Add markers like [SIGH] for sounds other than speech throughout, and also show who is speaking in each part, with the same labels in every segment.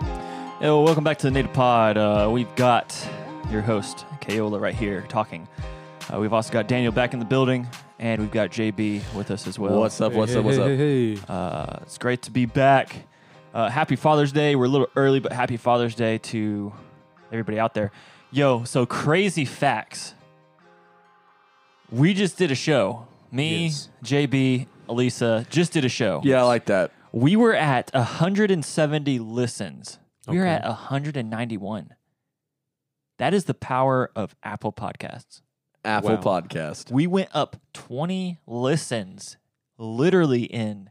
Speaker 1: Hey, well, welcome back to the Native Pod. Uh, we've got your host, Kayola, right here talking. Uh, we've also got Daniel back in the building, and we've got JB with us as well.
Speaker 2: What's up? What's up? What's up?
Speaker 3: Hey,
Speaker 1: Uh, it's great to be back. Uh, happy Father's Day. We're a little early, but happy Father's Day to everybody out there. Yo, so crazy facts. We just did a show. Me,
Speaker 3: Yes.
Speaker 1: JB, Elisa just did a show.
Speaker 2: Yeah, I like that.
Speaker 1: We were at 170 listens. We were at 191. That is the power of Apple Podcasts.
Speaker 2: Apple
Speaker 3: Wow.
Speaker 2: Podcast.
Speaker 1: We went up 20 listens literally in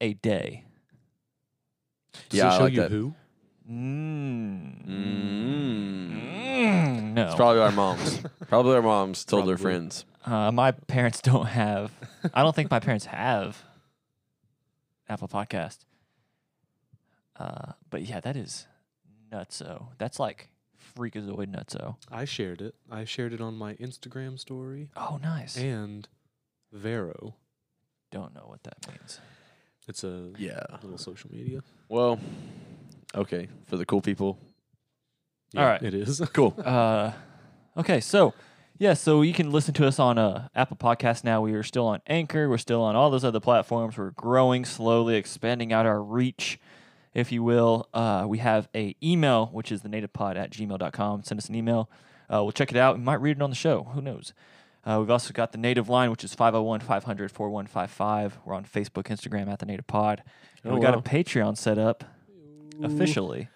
Speaker 1: a day.
Speaker 3: does
Speaker 2: Yeah,
Speaker 3: it
Speaker 2: I
Speaker 3: show
Speaker 2: like
Speaker 3: you
Speaker 2: that.
Speaker 3: who?
Speaker 1: Mm.
Speaker 2: Mm.
Speaker 1: Mm, no.
Speaker 2: It's probably our
Speaker 3: [LAUGHS]
Speaker 2: moms. probably our moms told their friends.
Speaker 1: uh, my parents don't have, I don't think my parents have Apple Podcast. Uh, but yeah, that is nutso. That's like freakazoid nutso.
Speaker 3: I shared it. I shared it on my Instagram story
Speaker 1: Oh, nice.
Speaker 3: and Vero.
Speaker 1: Don't know what that means.
Speaker 3: It's a
Speaker 2: Yeah.
Speaker 3: little social media.
Speaker 2: Well, okay. For the cool people.
Speaker 1: All right.
Speaker 3: it is.
Speaker 2: [LAUGHS] Cool.
Speaker 3: [LAUGHS]
Speaker 1: Uh, okay, so yeah, so you can listen to us on uh, Apple Podcasts now. We are still on Anchor. We're still on all those other platforms. We're growing slowly, expanding out our reach, if you will. Uh, we have a email, which is thenativepod at gmail.com. Send us an email. Uh, we'll check it out. We might read it on the show. Who knows? Uh, we've also got the native line, which is 501 500 4155. We're on Facebook, Instagram, at the native pod. And
Speaker 2: Oh,
Speaker 1: we got
Speaker 2: wow.
Speaker 1: a Patreon set up officially.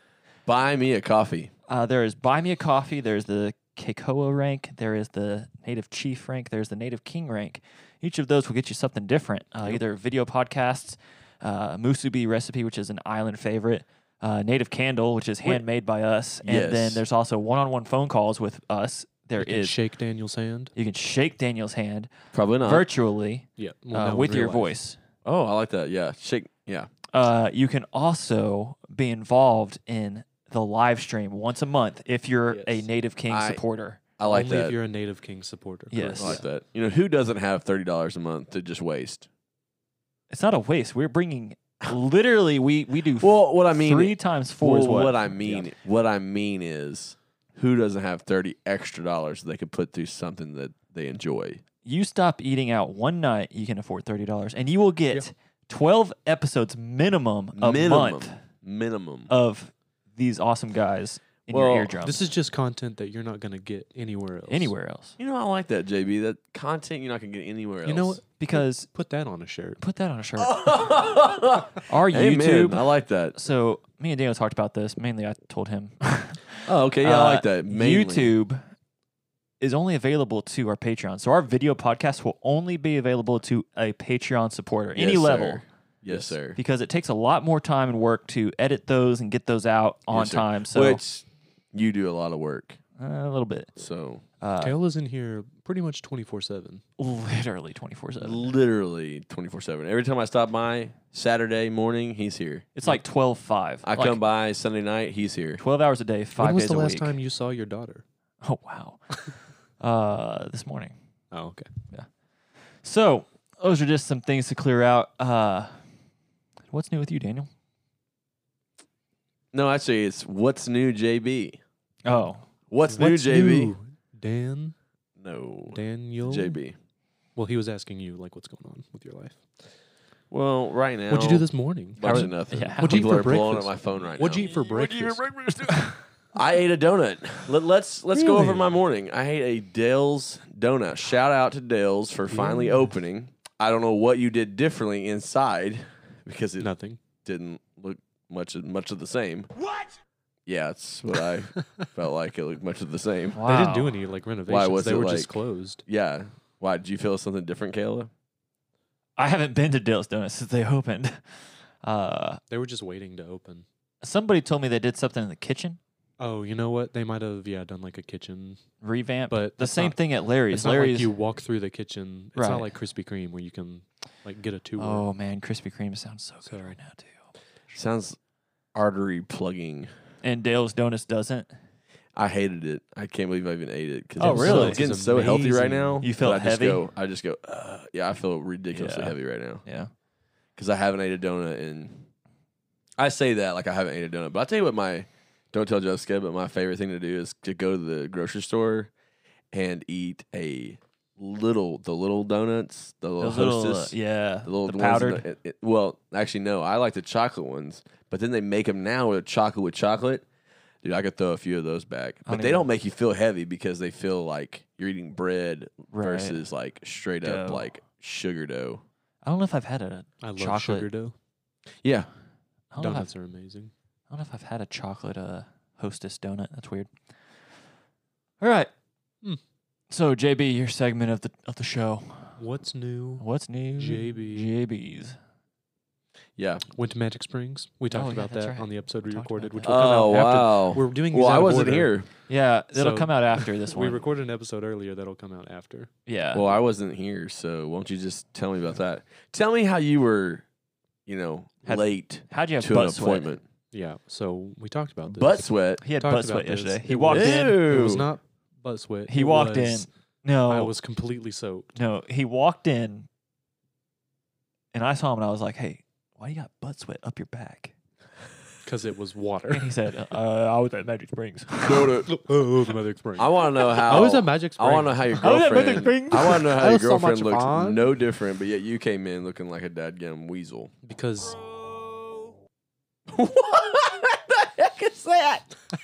Speaker 2: Buy me a coffee.
Speaker 1: Uh, there is Buy Me a Coffee. There's the Keikoa rank. There is the Native Chief rank. There's the Native King rank. Each of those will get you something different. Uh, Either video podcasts, uh, musubi recipe, which is an island favorite, uh, Native candle, which is handmade by us, and then
Speaker 2: Yes.
Speaker 1: there's also one-on-one phone calls with us. There
Speaker 3: You can
Speaker 1: is
Speaker 3: shake Daniel's hand.
Speaker 1: you can shake Daniel's hand
Speaker 2: Probably
Speaker 3: Uh,
Speaker 2: not.
Speaker 1: virtually
Speaker 3: Yeah,
Speaker 1: uh, with your voice.
Speaker 2: oh, I like that. Yeah. Shake. Yeah.
Speaker 1: Uh, you can also be involved in the live stream once a month if you're a
Speaker 3: Yes.
Speaker 1: Native King
Speaker 2: I-
Speaker 1: supporter.
Speaker 2: I like
Speaker 3: Only
Speaker 2: that.
Speaker 3: if you're a Native King supporter.
Speaker 1: Yes.
Speaker 2: I like
Speaker 3: correct?
Speaker 2: that. You know, who doesn't have $30 a month to just waste?
Speaker 1: It's not a waste. We're
Speaker 2: [LAUGHS]
Speaker 1: bringing literally we we do
Speaker 2: Well, what I mean.
Speaker 1: three times four
Speaker 2: well,
Speaker 1: is what,
Speaker 2: I mean. What I mean is who doesn't have 30 extra dollars they could put through something that they enjoy?
Speaker 1: you stop eating out one night, you can afford thirty dollars, and you will get twelve episodes minimum a
Speaker 2: minimum.
Speaker 1: month
Speaker 2: Minimum.
Speaker 1: of these awesome guys in
Speaker 2: Well,
Speaker 1: your eardrums.
Speaker 3: This is just content that you're not going to get anywhere else.
Speaker 1: anywhere else
Speaker 2: You know, I like that, JB. That content you're not gonna get anywhere else.
Speaker 3: You know what?
Speaker 1: because
Speaker 3: Put that on a shirt.
Speaker 1: put that on a shirt.
Speaker 2: [LAUGHS]
Speaker 1: Our
Speaker 2: Amen.
Speaker 1: YouTube.
Speaker 2: I like that.
Speaker 1: So me and Daniel talked about this. Mainly, I told
Speaker 2: [LAUGHS]
Speaker 1: him.
Speaker 2: Oh, okay. Yeah, I
Speaker 1: Uh,
Speaker 2: like that. Mainly.
Speaker 1: YouTube is only available to our Patreon. So our video podcast will only be available to a Patreon supporter,
Speaker 2: Yes,
Speaker 1: any level,
Speaker 2: sir. Yes, sir.
Speaker 1: because it takes a lot more time and work to edit those and get those out on
Speaker 2: Yes, sir.
Speaker 1: time. So
Speaker 2: Which you do a lot of work.
Speaker 1: uh, a little bit,
Speaker 2: So
Speaker 1: uh,
Speaker 3: Kayla's in here pretty much 24 7.
Speaker 1: literally twenty four seven.
Speaker 2: literally 24 7. Every time I stop by Saturday morning, he's here.
Speaker 1: It's like twelve five.
Speaker 2: I come by Sunday night, he's here.
Speaker 1: twelve hours a day, five
Speaker 3: When was
Speaker 1: days
Speaker 3: the
Speaker 1: a
Speaker 3: last
Speaker 1: week.
Speaker 3: time you saw your daughter?
Speaker 1: [LAUGHS] Oh wow, uh, this morning.
Speaker 3: Oh, okay.
Speaker 1: So those are just some things to clear out. Uh, what's new with you, Daniel?
Speaker 2: No, actually, it's what's new, JB.
Speaker 1: Oh,
Speaker 2: What's, new, JB?
Speaker 3: new, Dan?
Speaker 2: No,
Speaker 3: Daniel?
Speaker 2: JB.
Speaker 3: Well, he was asking you, like, what's going on with your life?
Speaker 2: Well, right now,
Speaker 3: What'd you do this morning?
Speaker 2: Bunch
Speaker 1: How-
Speaker 2: of nothing.
Speaker 1: yeah,
Speaker 3: What'd you
Speaker 2: People
Speaker 3: eat for
Speaker 2: are blowing up
Speaker 3: breakfast?
Speaker 2: my phone right
Speaker 3: What'd
Speaker 2: now.
Speaker 3: you eat for breakfast?
Speaker 2: [LAUGHS] I ate a donut. Let, let's let's go over
Speaker 3: Really?
Speaker 2: my morning. I ate a Dale's donut. Shout out to Dale's for finally opening. I don't know what you did differently inside because it
Speaker 3: [LAUGHS] Nothing.
Speaker 2: didn't look much much of the same. What? Yeah, that's what
Speaker 3: [LAUGHS]
Speaker 2: I felt like. It looked much of the same.
Speaker 1: wow.
Speaker 3: They didn't do any like renovations.
Speaker 2: was
Speaker 3: they
Speaker 2: it
Speaker 3: were just
Speaker 2: like-
Speaker 3: closed.
Speaker 2: Yeah. Why did you feel something different, Kayla?
Speaker 1: I haven't been to Dale's Donuts since they [LAUGHS] opened. Uh,
Speaker 3: They were just waiting to open.
Speaker 1: somebody told me they did something in the kitchen
Speaker 3: Oh, you know what? They might have yeah done like a kitchen.
Speaker 1: revamp,
Speaker 3: But
Speaker 1: the
Speaker 3: it's
Speaker 1: same
Speaker 3: not-
Speaker 1: thing at Larry's.
Speaker 3: It's not
Speaker 1: Larry's.
Speaker 3: like you walk through the kitchen. It's
Speaker 1: Right.
Speaker 3: not like Krispy Kreme where you can like get a tour.
Speaker 1: oh man, Krispy Kreme sounds so good right now too.
Speaker 2: Sounds artery plugging.
Speaker 1: And Dale's Donuts doesn't.
Speaker 2: I hated it. I can't believe I even ate it. 'cause
Speaker 1: Oh,
Speaker 2: I'm so-
Speaker 1: really?
Speaker 2: I'm getting so healthy right
Speaker 3: Amazing.
Speaker 2: now.
Speaker 1: You felt
Speaker 2: that I just
Speaker 1: heavy?
Speaker 2: go- I just go. Uh, yeah, I feel ridiculously
Speaker 1: Yeah.
Speaker 2: heavy right now.
Speaker 1: Yeah.
Speaker 2: because I haven't ate a donut in. I say that like I haven't ate a donut, but I'll tell you what my don't tell Jessica, but my favorite thing to do is to go to the grocery store and eat a little the little donuts, the little
Speaker 1: Those little, uh,
Speaker 2: hostess.
Speaker 1: yeah,
Speaker 2: The little
Speaker 1: the
Speaker 2: ones in
Speaker 1: powdered.
Speaker 2: the- it- it- well, actually, no. I like the chocolate ones, but then they make them now with chocolate with chocolate. Dude, I could throw a few of those back,
Speaker 1: I don't
Speaker 2: but they
Speaker 1: even-
Speaker 2: don't make you feel heavy because they feel like you're eating bread
Speaker 1: Right.
Speaker 2: versus like straight up
Speaker 1: Dough.
Speaker 2: like sugar dough.
Speaker 1: I don't know if I've had a.
Speaker 3: I love
Speaker 1: Chocolate. Oh,
Speaker 3: sugar dough.
Speaker 2: Yeah,
Speaker 1: I don't, know if I've,
Speaker 3: Donuts are amazing.
Speaker 1: I don't know if I've had a chocolate uh, hostess donut. That's weird. All right.
Speaker 3: Hmm.
Speaker 1: So JB, your segment of the of the show.
Speaker 3: What's new?
Speaker 1: What's new?
Speaker 3: JB
Speaker 1: JB's.
Speaker 2: yeah.
Speaker 3: went to Magic Springs. We talked
Speaker 1: Oh, yeah,
Speaker 3: about
Speaker 1: that's
Speaker 3: that
Speaker 1: right.
Speaker 3: on the episode
Speaker 1: We
Speaker 3: we
Speaker 1: talked about
Speaker 3: recorded, which
Speaker 1: that.
Speaker 3: will come out
Speaker 2: Oh
Speaker 3: after.
Speaker 2: wow.
Speaker 3: We're doing. These
Speaker 2: well,
Speaker 3: out
Speaker 2: I
Speaker 3: of
Speaker 2: wasn't
Speaker 3: order.
Speaker 2: here.
Speaker 1: Yeah, that'll
Speaker 3: So-
Speaker 1: come out after this
Speaker 3: [LAUGHS] We
Speaker 1: one.
Speaker 3: recorded an episode earlier that'll come out after.
Speaker 1: yeah.
Speaker 2: Well, I wasn't here, so won't you just tell me about that? Tell me how you were, you know,
Speaker 1: Had
Speaker 2: late
Speaker 1: How'd you have
Speaker 2: to an
Speaker 1: butt sweat?
Speaker 2: appointment.
Speaker 3: Yeah. So we talked about this.
Speaker 2: Butt sweat.
Speaker 1: He had
Speaker 3: Talked
Speaker 1: butt sweat
Speaker 3: about this.
Speaker 1: yesterday. He
Speaker 3: It
Speaker 1: walked
Speaker 3: was-
Speaker 1: in.
Speaker 3: It
Speaker 2: Ew.
Speaker 3: was not butt sweat.
Speaker 1: He
Speaker 3: it
Speaker 1: walked
Speaker 3: was-
Speaker 1: in. Oh. No,
Speaker 3: I was completely soaked.
Speaker 1: no. He walked in, and I saw him, and I was like, "Hey, why you got butt sweat up your back?"
Speaker 3: because it was
Speaker 1: And [LAUGHS]
Speaker 3: water.
Speaker 1: he said, uh, "I was at Magic Springs."
Speaker 3: [LAUGHS] oh, the Magic Springs.
Speaker 2: I want to know how.
Speaker 3: I was at Magic Springs.
Speaker 2: I want to know how your
Speaker 1: I was at Magic
Speaker 2: girlfriend.
Speaker 1: Springs.
Speaker 2: I want to know how
Speaker 3: [LAUGHS] That
Speaker 2: your
Speaker 3: was so much
Speaker 2: girlfriend looks
Speaker 3: fun.
Speaker 2: no different, but yet you came in looking like a dadgum weasel.
Speaker 3: because
Speaker 2: what the heck is that?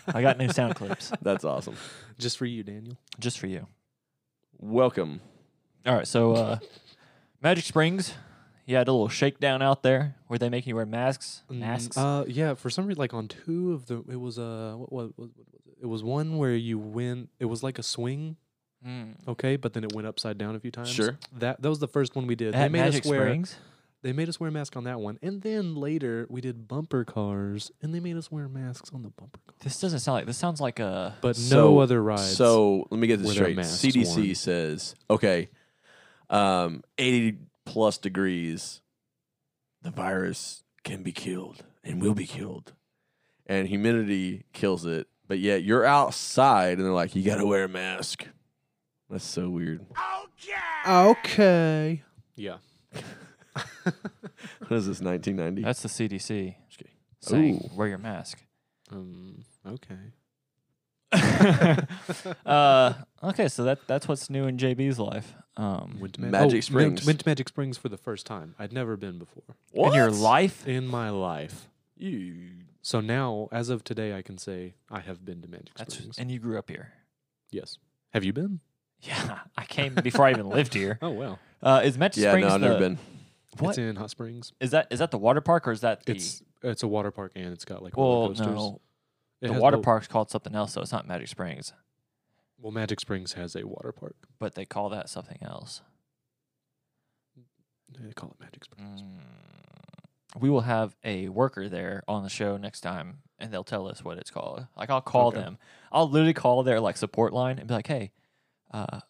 Speaker 1: I got new sound
Speaker 3: [LAUGHS]
Speaker 1: clips
Speaker 2: That's awesome.
Speaker 3: just for you, Daniel.
Speaker 1: just for you.
Speaker 2: Welcome.
Speaker 1: All right, so uh, Magic Springs, you had a little shakedown out there where they make you wear masks. Masks.
Speaker 3: Uh, yeah. For some reason, like on two of the, it was uh, what, what, what, what was it? It was one where you went. It was like a swing,
Speaker 1: Mm.
Speaker 3: okay, but then it went upside down a few times.
Speaker 2: Sure.
Speaker 3: That that was the first one we did. they
Speaker 1: At
Speaker 3: made
Speaker 1: Magic
Speaker 3: us wear.
Speaker 1: Springs.
Speaker 3: They made us wear a mask on that one, and then later we did bumper cars, and they made us wear masks on the bumper cars.
Speaker 1: This doesn't sound like. This sounds like a.
Speaker 3: But
Speaker 2: So-
Speaker 3: no other rides.
Speaker 2: So let me get this
Speaker 3: with our
Speaker 2: straight.
Speaker 3: masks
Speaker 2: CDC
Speaker 3: worn.
Speaker 2: says, okay, um, 80 plus degrees, the virus can be killed and will be killed. And humidity kills it. But yet you're outside and they're like, you got to wear a mask. That's so weird. [LAUGHS]
Speaker 3: okay.
Speaker 1: [LAUGHS]
Speaker 3: Yeah.
Speaker 2: What is this, 1990?
Speaker 1: That's the CDC
Speaker 2: Just kidding.
Speaker 1: saying wear your mask. [LAUGHS]
Speaker 3: Um. Okay.
Speaker 1: uh, okay, so that that's what's new in JB's life. Um,
Speaker 3: Went to oh,
Speaker 2: Magic
Speaker 3: went-
Speaker 2: Springs.
Speaker 3: Went, to Magic Springs for the first time. I'd never been before
Speaker 1: in your
Speaker 2: What?
Speaker 1: life,
Speaker 3: in my life.
Speaker 2: You,
Speaker 3: So now, as of today, I can say I have been to Magic
Speaker 1: that's
Speaker 3: Springs.
Speaker 1: and you grew up here.
Speaker 3: yes. Have you been?
Speaker 1: Yeah, I came before I even lived here.
Speaker 3: [LAUGHS] Oh wow.
Speaker 1: [LAUGHS] Uh, is Magic
Speaker 2: yeah,
Speaker 1: Springs
Speaker 2: no, I've
Speaker 1: the,
Speaker 2: never been.
Speaker 1: What?
Speaker 3: It's in Hot Springs.
Speaker 1: is that? Is that the water park or is that the?
Speaker 3: It's it's a water park and it's got like roller
Speaker 1: well,
Speaker 3: coasters.
Speaker 1: no,
Speaker 3: It
Speaker 1: the
Speaker 3: has
Speaker 1: water
Speaker 3: both-
Speaker 1: park's called something else, so it's not Magic Springs,
Speaker 3: Well, Magic Springs has a water park.
Speaker 1: but they call that something else.
Speaker 3: They call it Magic Springs.
Speaker 1: Mm. We will have a worker there on the show next time, and they'll tell us what it's called. Like I'll call
Speaker 3: Okay.
Speaker 1: them. I'll literally call their like support line and be like, "Hey, uh,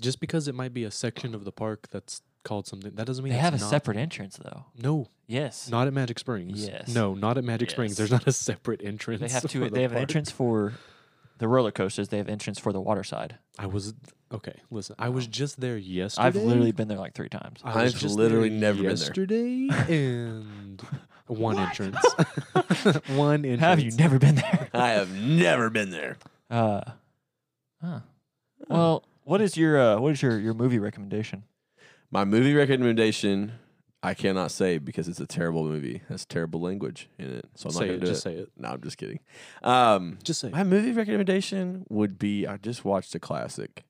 Speaker 3: Just because it might be a section of the park that's called something, that doesn't mean
Speaker 1: they
Speaker 3: it's
Speaker 1: have a
Speaker 3: not-
Speaker 1: separate entrance though."
Speaker 3: No,
Speaker 1: Yes.
Speaker 3: not at Magic Springs.
Speaker 1: Yes.
Speaker 3: No, not at Magic Springs.
Speaker 1: Yes.
Speaker 3: There's not a separate entrance.
Speaker 1: They have
Speaker 3: for
Speaker 1: two.
Speaker 3: the
Speaker 1: They have an
Speaker 3: park.
Speaker 1: entrance for the roller coasters. They have entrance for the water side.
Speaker 3: I was okay. Listen, I was just there yesterday.
Speaker 1: I've literally been there like three times.
Speaker 3: I was
Speaker 2: I've
Speaker 3: just
Speaker 2: literally
Speaker 3: there
Speaker 2: never been
Speaker 1: [LAUGHS]
Speaker 2: there.
Speaker 3: yesterday and one entrance. [LAUGHS] one entrance.
Speaker 1: Have you never been there?
Speaker 2: [LAUGHS] I have never been there.
Speaker 1: Uh, huh. Well, what is your uh, what is your your movie recommendation?
Speaker 2: My movie recommendation, I cannot say because it's a terrible movie. Has terrible language in it, so I'm
Speaker 3: Say
Speaker 2: not gonna
Speaker 3: it,
Speaker 2: do
Speaker 3: just
Speaker 2: it.
Speaker 3: say it.
Speaker 2: No, I'm just kidding. Um,
Speaker 3: Just say
Speaker 2: my movie recommendation would be I just watched a classic.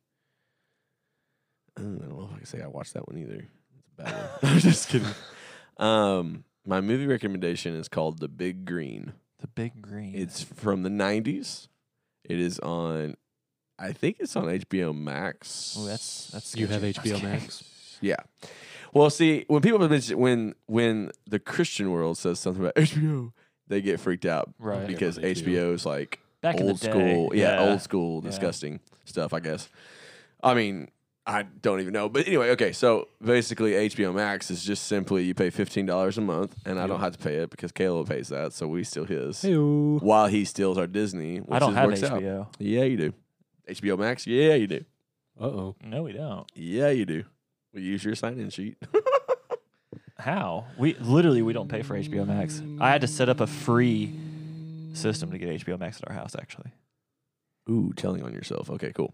Speaker 2: Uh, I don't know if I can say I watched that one either. It's a bad one. [LAUGHS] I'm just
Speaker 3: [LAUGHS]
Speaker 2: kidding. Um, my movie recommendation is called The Big Green.
Speaker 1: The Big Green.
Speaker 2: It's from the '90s. It is on. I think it's on HBO Max.
Speaker 1: Ooh, Oh, that's that's.
Speaker 3: You have
Speaker 1: sketchy.
Speaker 3: HBO
Speaker 1: Okay.
Speaker 3: Max.
Speaker 2: Yeah. Well, see, when people mention when when the Christian world says something about HBO, they get freaked out,
Speaker 1: Right.
Speaker 2: Because
Speaker 3: Yeah, they do.
Speaker 2: HBO is like
Speaker 1: Back in the
Speaker 2: old
Speaker 1: day,
Speaker 2: school, yeah,
Speaker 1: yeah.
Speaker 2: old school,
Speaker 1: Yeah.
Speaker 2: disgusting stuff. I guess. I mean, I don't even know, but anyway, okay. So basically, HBO Max is just simply you pay fifteen dollars a month, and I don't have to pay it because Caleb pays that, so we steal his
Speaker 3: Heyo.
Speaker 2: while he steals our Disney. Which
Speaker 1: I don't
Speaker 2: is-
Speaker 1: have
Speaker 2: works out.
Speaker 1: HBO.
Speaker 2: Yeah, you do. HBO Max. Yeah, you do.
Speaker 3: Uh oh.
Speaker 1: No, we don't.
Speaker 2: Yeah, you do. We use your sign-in sheet.
Speaker 1: How? We literally we don't pay for HBO Max. I had to set up a free system to get HBO Max at our house. Actually,
Speaker 2: [LAUGHS] Ooh, telling on yourself. Okay, cool.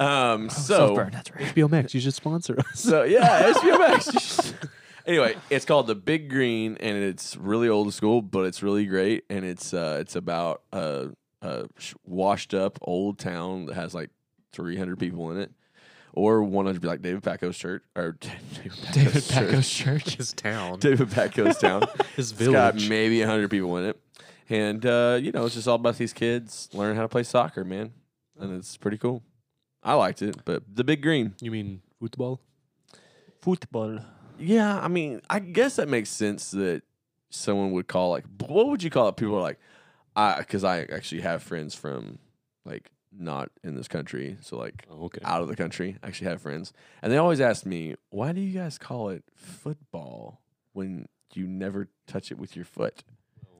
Speaker 2: Um,
Speaker 1: Oh,
Speaker 2: so
Speaker 1: Saltburn, that's right.
Speaker 3: HBO Max, you should sponsor us.
Speaker 2: so yeah, HBO Max. [LAUGHS] anyway, it's called The Big Green, and it's really old school, but it's really great, and it's uh, it's about a, a sh- washed up old town that has like 300 people in it, or 100 like David Packo's church or [LAUGHS] David Packo's
Speaker 1: [LAUGHS] David
Speaker 2: church.
Speaker 1: Packo's church.
Speaker 3: His town,
Speaker 2: David Packo's town.
Speaker 3: his
Speaker 2: It's got
Speaker 3: village.
Speaker 2: maybe 100 people in it. And, uh, you know, it's just all about these kids learning how to play soccer, man. And it's pretty cool. I liked it, but the big green.
Speaker 3: You mean football?
Speaker 1: Football.
Speaker 2: Yeah, I mean, I guess that makes sense that someone would call, like, what would you call it? People are like, I, because I actually have friends from, like, not in this country. So, like,
Speaker 3: Oh, okay.
Speaker 2: out of the country. I actually have friends. And they always ask me, why do you guys call it football when you never touch it with your foot?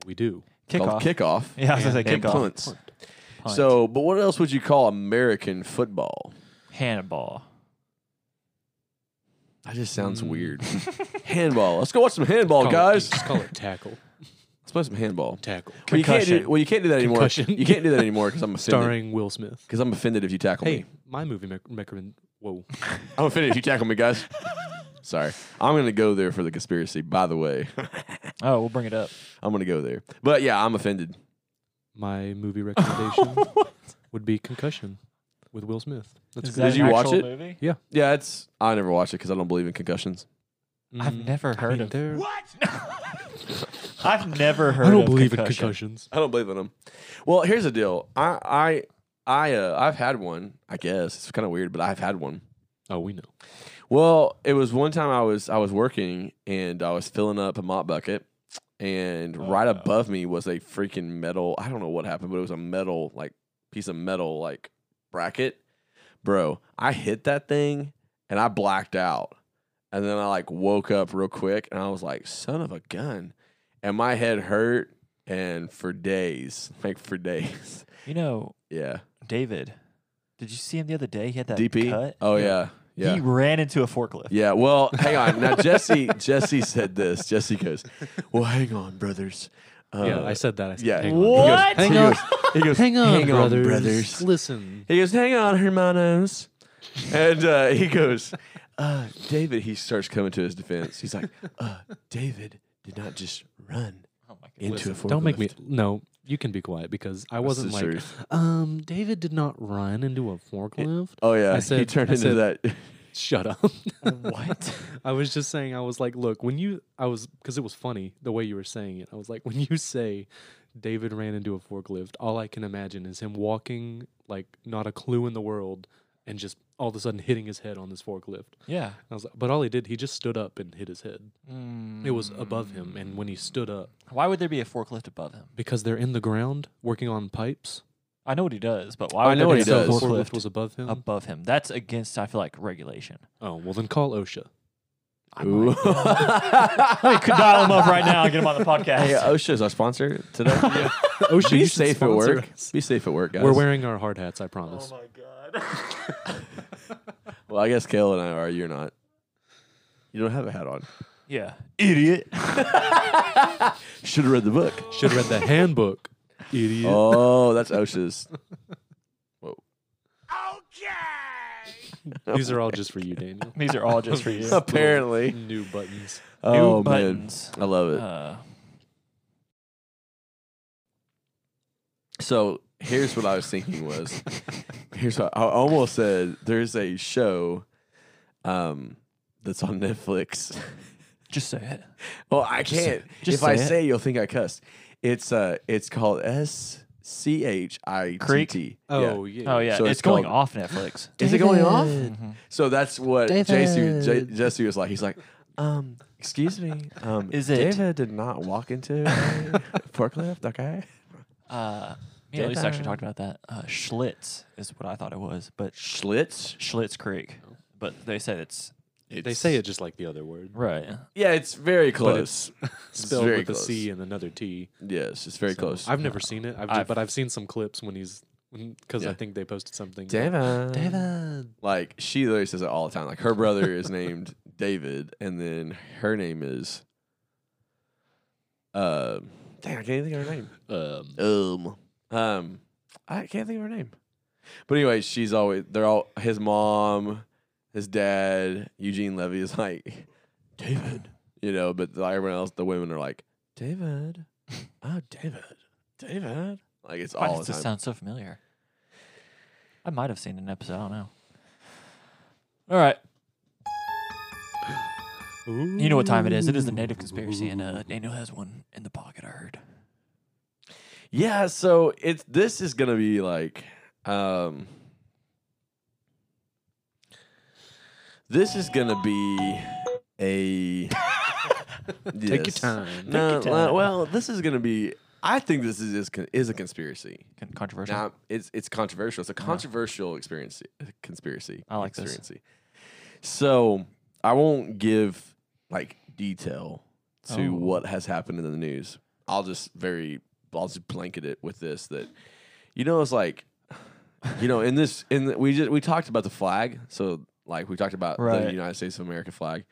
Speaker 3: We do.
Speaker 2: It's
Speaker 1: Kickoff.
Speaker 2: called kickoff.
Speaker 1: yeah, I was gonna say
Speaker 2: and
Speaker 1: kickoff.
Speaker 2: punts.
Speaker 3: Punt.
Speaker 1: Punt.
Speaker 2: So, but what else would you call American football?
Speaker 1: Hannibal.
Speaker 2: That just sounds
Speaker 3: Mm.
Speaker 2: weird. [LAUGHS] handball. Let's go watch some handball,
Speaker 3: Call it-
Speaker 2: guys.
Speaker 3: just call it tackle.
Speaker 2: Let's play some handball.
Speaker 3: [LAUGHS] Tackle.
Speaker 2: Well, you can't do,
Speaker 1: Concussion.
Speaker 2: well, you can't do that anymore.
Speaker 3: Concussion.
Speaker 2: You can't do that anymore because I'm offended.
Speaker 3: Starring Will Smith.
Speaker 2: Because I'm offended if you tackle
Speaker 3: Hey,
Speaker 2: me.
Speaker 3: my movie mec- recommend. Whoa.
Speaker 2: I'm offended if you tackle
Speaker 1: [LAUGHS]
Speaker 2: me, guys. Sorry. I'm going to go there for the conspiracy, by the way. [LAUGHS]
Speaker 1: Oh, we'll bring it up.
Speaker 2: I'm going to go there. But yeah, I'm offended.
Speaker 3: My
Speaker 1: [LAUGHS]
Speaker 3: movie recommendation would be Concussion with Will Smith. That's
Speaker 1: Is
Speaker 3: a good.
Speaker 1: that
Speaker 2: Did
Speaker 1: an
Speaker 2: you watch
Speaker 1: actual
Speaker 2: it?
Speaker 1: Movie?
Speaker 2: Yeah, it's. I never watch it because I don't believe in concussions.
Speaker 1: I've
Speaker 3: Mm,
Speaker 1: never
Speaker 3: I
Speaker 1: heard
Speaker 3: [LAUGHS] mean,
Speaker 1: of.
Speaker 3: they're-
Speaker 1: [LAUGHS] I've never heard.
Speaker 3: I don't
Speaker 1: of
Speaker 3: believe in
Speaker 1: concussion.
Speaker 3: concussions.
Speaker 2: I don't believe in them. Well, here's the deal. I, I, I, uh, I've had one. I guess it's kind of weird, but I've had one.
Speaker 3: Oh, we know.
Speaker 2: Well, it was one time I was I was working and I was filling up a mop bucket, and
Speaker 1: Oh,
Speaker 2: right
Speaker 1: no.
Speaker 2: above me was a freaking metal. I don't know what happened, but it was a metal like piece of metal like bracket. Bro, I hit that thing and I blacked out, and then I like woke up real quick and I was like, "Son of a gun!" And my head hurt and for days, like for days. [LAUGHS]
Speaker 1: You know,
Speaker 2: Yeah,
Speaker 1: David. Did you see him the other day? He had that
Speaker 2: DP.
Speaker 1: cut.
Speaker 2: Oh yeah, yeah.
Speaker 1: He ran into a forklift.
Speaker 2: Yeah, well, hang on. Now Jesse Jesse said this. Jesse goes, "Well, hang on, brothers." Uh,
Speaker 3: yeah, I said that. I said,
Speaker 2: yeah.
Speaker 3: Hang
Speaker 2: He goes-
Speaker 3: on.
Speaker 1: What?
Speaker 2: [LAUGHS] He
Speaker 3: Hang
Speaker 2: goes,
Speaker 3: on.
Speaker 2: he goes,
Speaker 3: Hang on,
Speaker 2: hang on,
Speaker 3: brothers.
Speaker 2: brothers.
Speaker 3: Listen.
Speaker 2: He goes, "Hang on, hermanos," and uh, he goes, uh, "David." He starts coming to his defense. He's like, uh, "David did not just run
Speaker 1: Oh my goodness.
Speaker 2: into a forklift."
Speaker 3: Don't make me. No, you can be quiet because I wasn't
Speaker 2: the
Speaker 3: like,
Speaker 2: truth.
Speaker 3: um, David did not run into a
Speaker 2: [LAUGHS]
Speaker 3: forklift.
Speaker 2: Oh yeah,
Speaker 3: I
Speaker 2: he
Speaker 3: said-
Speaker 2: turned
Speaker 3: I
Speaker 2: into
Speaker 3: said-
Speaker 2: that.
Speaker 3: Shut up.
Speaker 1: what?
Speaker 3: I was just saying, I was like, look, when you, I was, because it was funny the way you were saying it. I was like, when you say David ran into a forklift, all I can imagine is him walking, like, not a clue in the world, and just all of a sudden hitting his head on this forklift.
Speaker 1: Yeah.
Speaker 3: I was like, but all he did, he just stood up and hit his head. It was above him. And when he stood up,
Speaker 1: Why would there be a forklift above him?
Speaker 3: because they're in the ground working on pipes,
Speaker 1: I know what he does, but why would
Speaker 2: I know
Speaker 1: there
Speaker 2: what
Speaker 1: be
Speaker 2: he
Speaker 1: a
Speaker 2: does.
Speaker 1: forklift
Speaker 3: forklift was above him.
Speaker 1: above him? That's against, I feel like, regulation.
Speaker 3: oh, well, then
Speaker 2: [LAUGHS]
Speaker 3: call OSHA.
Speaker 2: Ooh.
Speaker 1: I could dial him up right now and get him on the podcast.
Speaker 2: Hey, uh, OSHA's our sponsor
Speaker 3: [LAUGHS]
Speaker 2: today.
Speaker 3: OSHA,
Speaker 2: Be
Speaker 3: you should
Speaker 2: safe at
Speaker 3: sponsor
Speaker 2: work.
Speaker 3: us.
Speaker 2: Be safe at work, guys.
Speaker 3: We're wearing our hard hats, I promise.
Speaker 1: my god.
Speaker 2: well, I guess Kale and I are. You're not. You don't have a hat on.
Speaker 1: yeah. Idiot.
Speaker 2: Should have read the book.
Speaker 3: Should have read the handbook, idiot.
Speaker 2: Oh,
Speaker 1: [LAUGHS]
Speaker 2: that's OSHA's.
Speaker 3: These are all just for
Speaker 2: [LAUGHS]
Speaker 3: you, Daniel.
Speaker 1: These are all just for
Speaker 3: [LAUGHS]
Speaker 1: you. New
Speaker 2: Apparently.
Speaker 3: New
Speaker 2: [LAUGHS]
Speaker 3: buttons.
Speaker 2: Oh, man.
Speaker 1: buttons.
Speaker 2: I love it.
Speaker 1: Uh,
Speaker 2: So here's what I was thinking was here's what I almost said there's a show um that's
Speaker 1: [LAUGHS]
Speaker 2: on Netflix.
Speaker 1: [LAUGHS] just say it.
Speaker 2: Well, I
Speaker 1: Just say-
Speaker 2: can't.
Speaker 1: just
Speaker 2: if I
Speaker 1: say it.
Speaker 2: say it, you'll think I cussed. It's uh it's called S C H I T T.
Speaker 1: Creek?
Speaker 3: Oh yeah.
Speaker 1: Oh yeah,
Speaker 2: So
Speaker 1: it's,
Speaker 2: it's
Speaker 1: going
Speaker 2: called-
Speaker 1: off Netflix.
Speaker 2: Is it going off?
Speaker 1: Mhm.
Speaker 2: So that's what Jesse, J-
Speaker 3: David.
Speaker 2: Jesse was like. He's like, um, excuse me, um,
Speaker 1: Is it-
Speaker 2: David did not
Speaker 1: [LAUGHS]
Speaker 2: walk into a forklift? Okay,
Speaker 1: Uh, yeah, Lisa actually talked about that. Uh, Schlitz is what I thought it was, but
Speaker 2: Schlitz.
Speaker 1: Schlitz Creek. But they said it's
Speaker 3: They say it just like the other word,
Speaker 1: right.
Speaker 2: Yeah, it's very close.
Speaker 3: it's spelled
Speaker 2: very
Speaker 3: with a
Speaker 2: close.
Speaker 3: C and another T.
Speaker 2: yes, it's very
Speaker 3: So,
Speaker 2: close.
Speaker 3: I've never seen it, I've ju-
Speaker 1: I've-
Speaker 3: but I've seen some clips when he's because
Speaker 2: Yeah.
Speaker 3: I think they posted something.
Speaker 2: David.
Speaker 3: David.
Speaker 2: Like she literally says it all the time. Like her brother is named David, and then her name is Uh, dang, I can't think of her name.
Speaker 3: Um,
Speaker 2: Um, um, I can't think of her name. But anyway, she's always they're all his mom, his dad, Eugene Levy is like David, you know. But like everyone else, the women are like [LAUGHS] David, oh David, David. Like it's
Speaker 1: Why
Speaker 2: all
Speaker 1: does
Speaker 2: the
Speaker 1: this
Speaker 2: time.
Speaker 1: sound so familiar? I might have seen an episode. I don't know. All right, you know what time it is. It is the native conspiracy, and uh, Daniel has one in the pocket. I heard.
Speaker 2: yeah. So it's this is gonna be like, um, this is gonna be
Speaker 3: [LAUGHS]
Speaker 2: a
Speaker 3: Take your
Speaker 2: Yes.
Speaker 3: time.
Speaker 2: No,
Speaker 1: your
Speaker 2: no,
Speaker 1: time.
Speaker 2: well, this is gonna be. I think this is is, con- is a conspiracy.
Speaker 1: Con- Controversial. Uh-huh.
Speaker 2: Now it's it's controversial. It's a controversial experience conspiracy.
Speaker 1: I like this.
Speaker 2: conspiracy. So I won't give like detail to
Speaker 1: Oh.
Speaker 2: what has happened in the news. I'll just very I'll just blanket it with this that you know it's like you know in this in the, we just we talked about the flag. So like we talked about the
Speaker 1: Right.
Speaker 2: United States of America flag.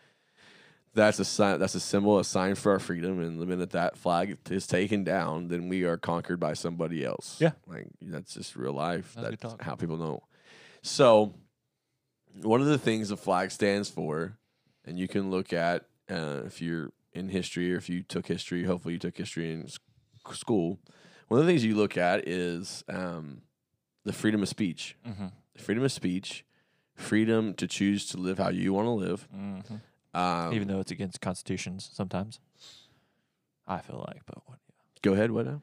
Speaker 2: That's a sign. That's a symbol, a sign for our freedom. And the minute that flag is taken down, then we are conquered by somebody else.
Speaker 1: Yeah.
Speaker 2: like that's just real life.
Speaker 1: That's good
Speaker 2: That's
Speaker 1: talk.
Speaker 2: how people know. So, one of the things the flag stands for, and you can look at uh, if you're in history or if you took history. Hopefully, you took history in s- school. One of the things you look at is um, the freedom of speech,
Speaker 1: Mm-hmm.
Speaker 2: freedom of speech, freedom to choose to live how you want to live.
Speaker 1: Mm-hmm.
Speaker 2: Um,
Speaker 1: Even though it's against constitutions sometimes, I feel like. But what?
Speaker 2: go ahead, what now?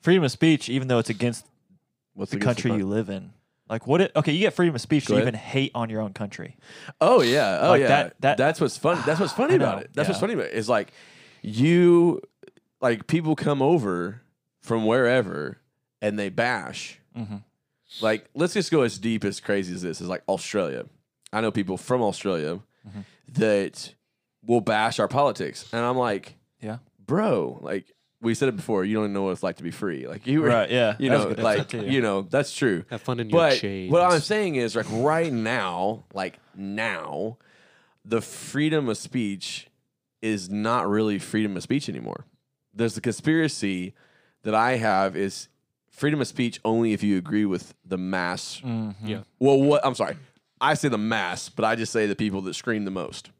Speaker 1: freedom of speech, even though it's against
Speaker 2: What's
Speaker 1: the
Speaker 2: against
Speaker 1: country
Speaker 2: con-
Speaker 1: you live in. Like what? It, okay, you get freedom of speech
Speaker 2: Go
Speaker 1: to
Speaker 2: ahead.
Speaker 1: even hate on your own country.
Speaker 2: Oh yeah. Oh
Speaker 1: Like,
Speaker 2: yeah.
Speaker 1: that- that-
Speaker 2: that's what's fun. That's
Speaker 1: [SIGHS]
Speaker 2: what's funny
Speaker 1: I
Speaker 2: about
Speaker 1: know,
Speaker 2: it. That's what's
Speaker 1: yeah.
Speaker 2: funny about it. It's like you like people come over from wherever and they bash.
Speaker 1: Mm-hmm.
Speaker 2: Like let's just go as deep as crazy as this is like Australia. I know people from Australia
Speaker 1: Mhm.
Speaker 2: that will bash our politics and I'm like,
Speaker 1: Yeah.
Speaker 2: Bro, like we said it before, you don't know what it's like to be free. Like you were
Speaker 1: Right. Yeah.
Speaker 2: you
Speaker 1: that's a
Speaker 2: know,
Speaker 1: good
Speaker 2: like
Speaker 1: episode, too.
Speaker 2: you know, that's true
Speaker 3: Have fun in your
Speaker 2: but
Speaker 3: chains.
Speaker 2: what I'm saying is like right now, like now, the freedom of speech is not really freedom of speech anymore. There's the conspiracy that I have is freedom of speech only if you agree with the mass.
Speaker 1: Mhm.
Speaker 3: Yeah.
Speaker 2: Well, what I'm sorry, I say the mass, but I just say the people that scream the most.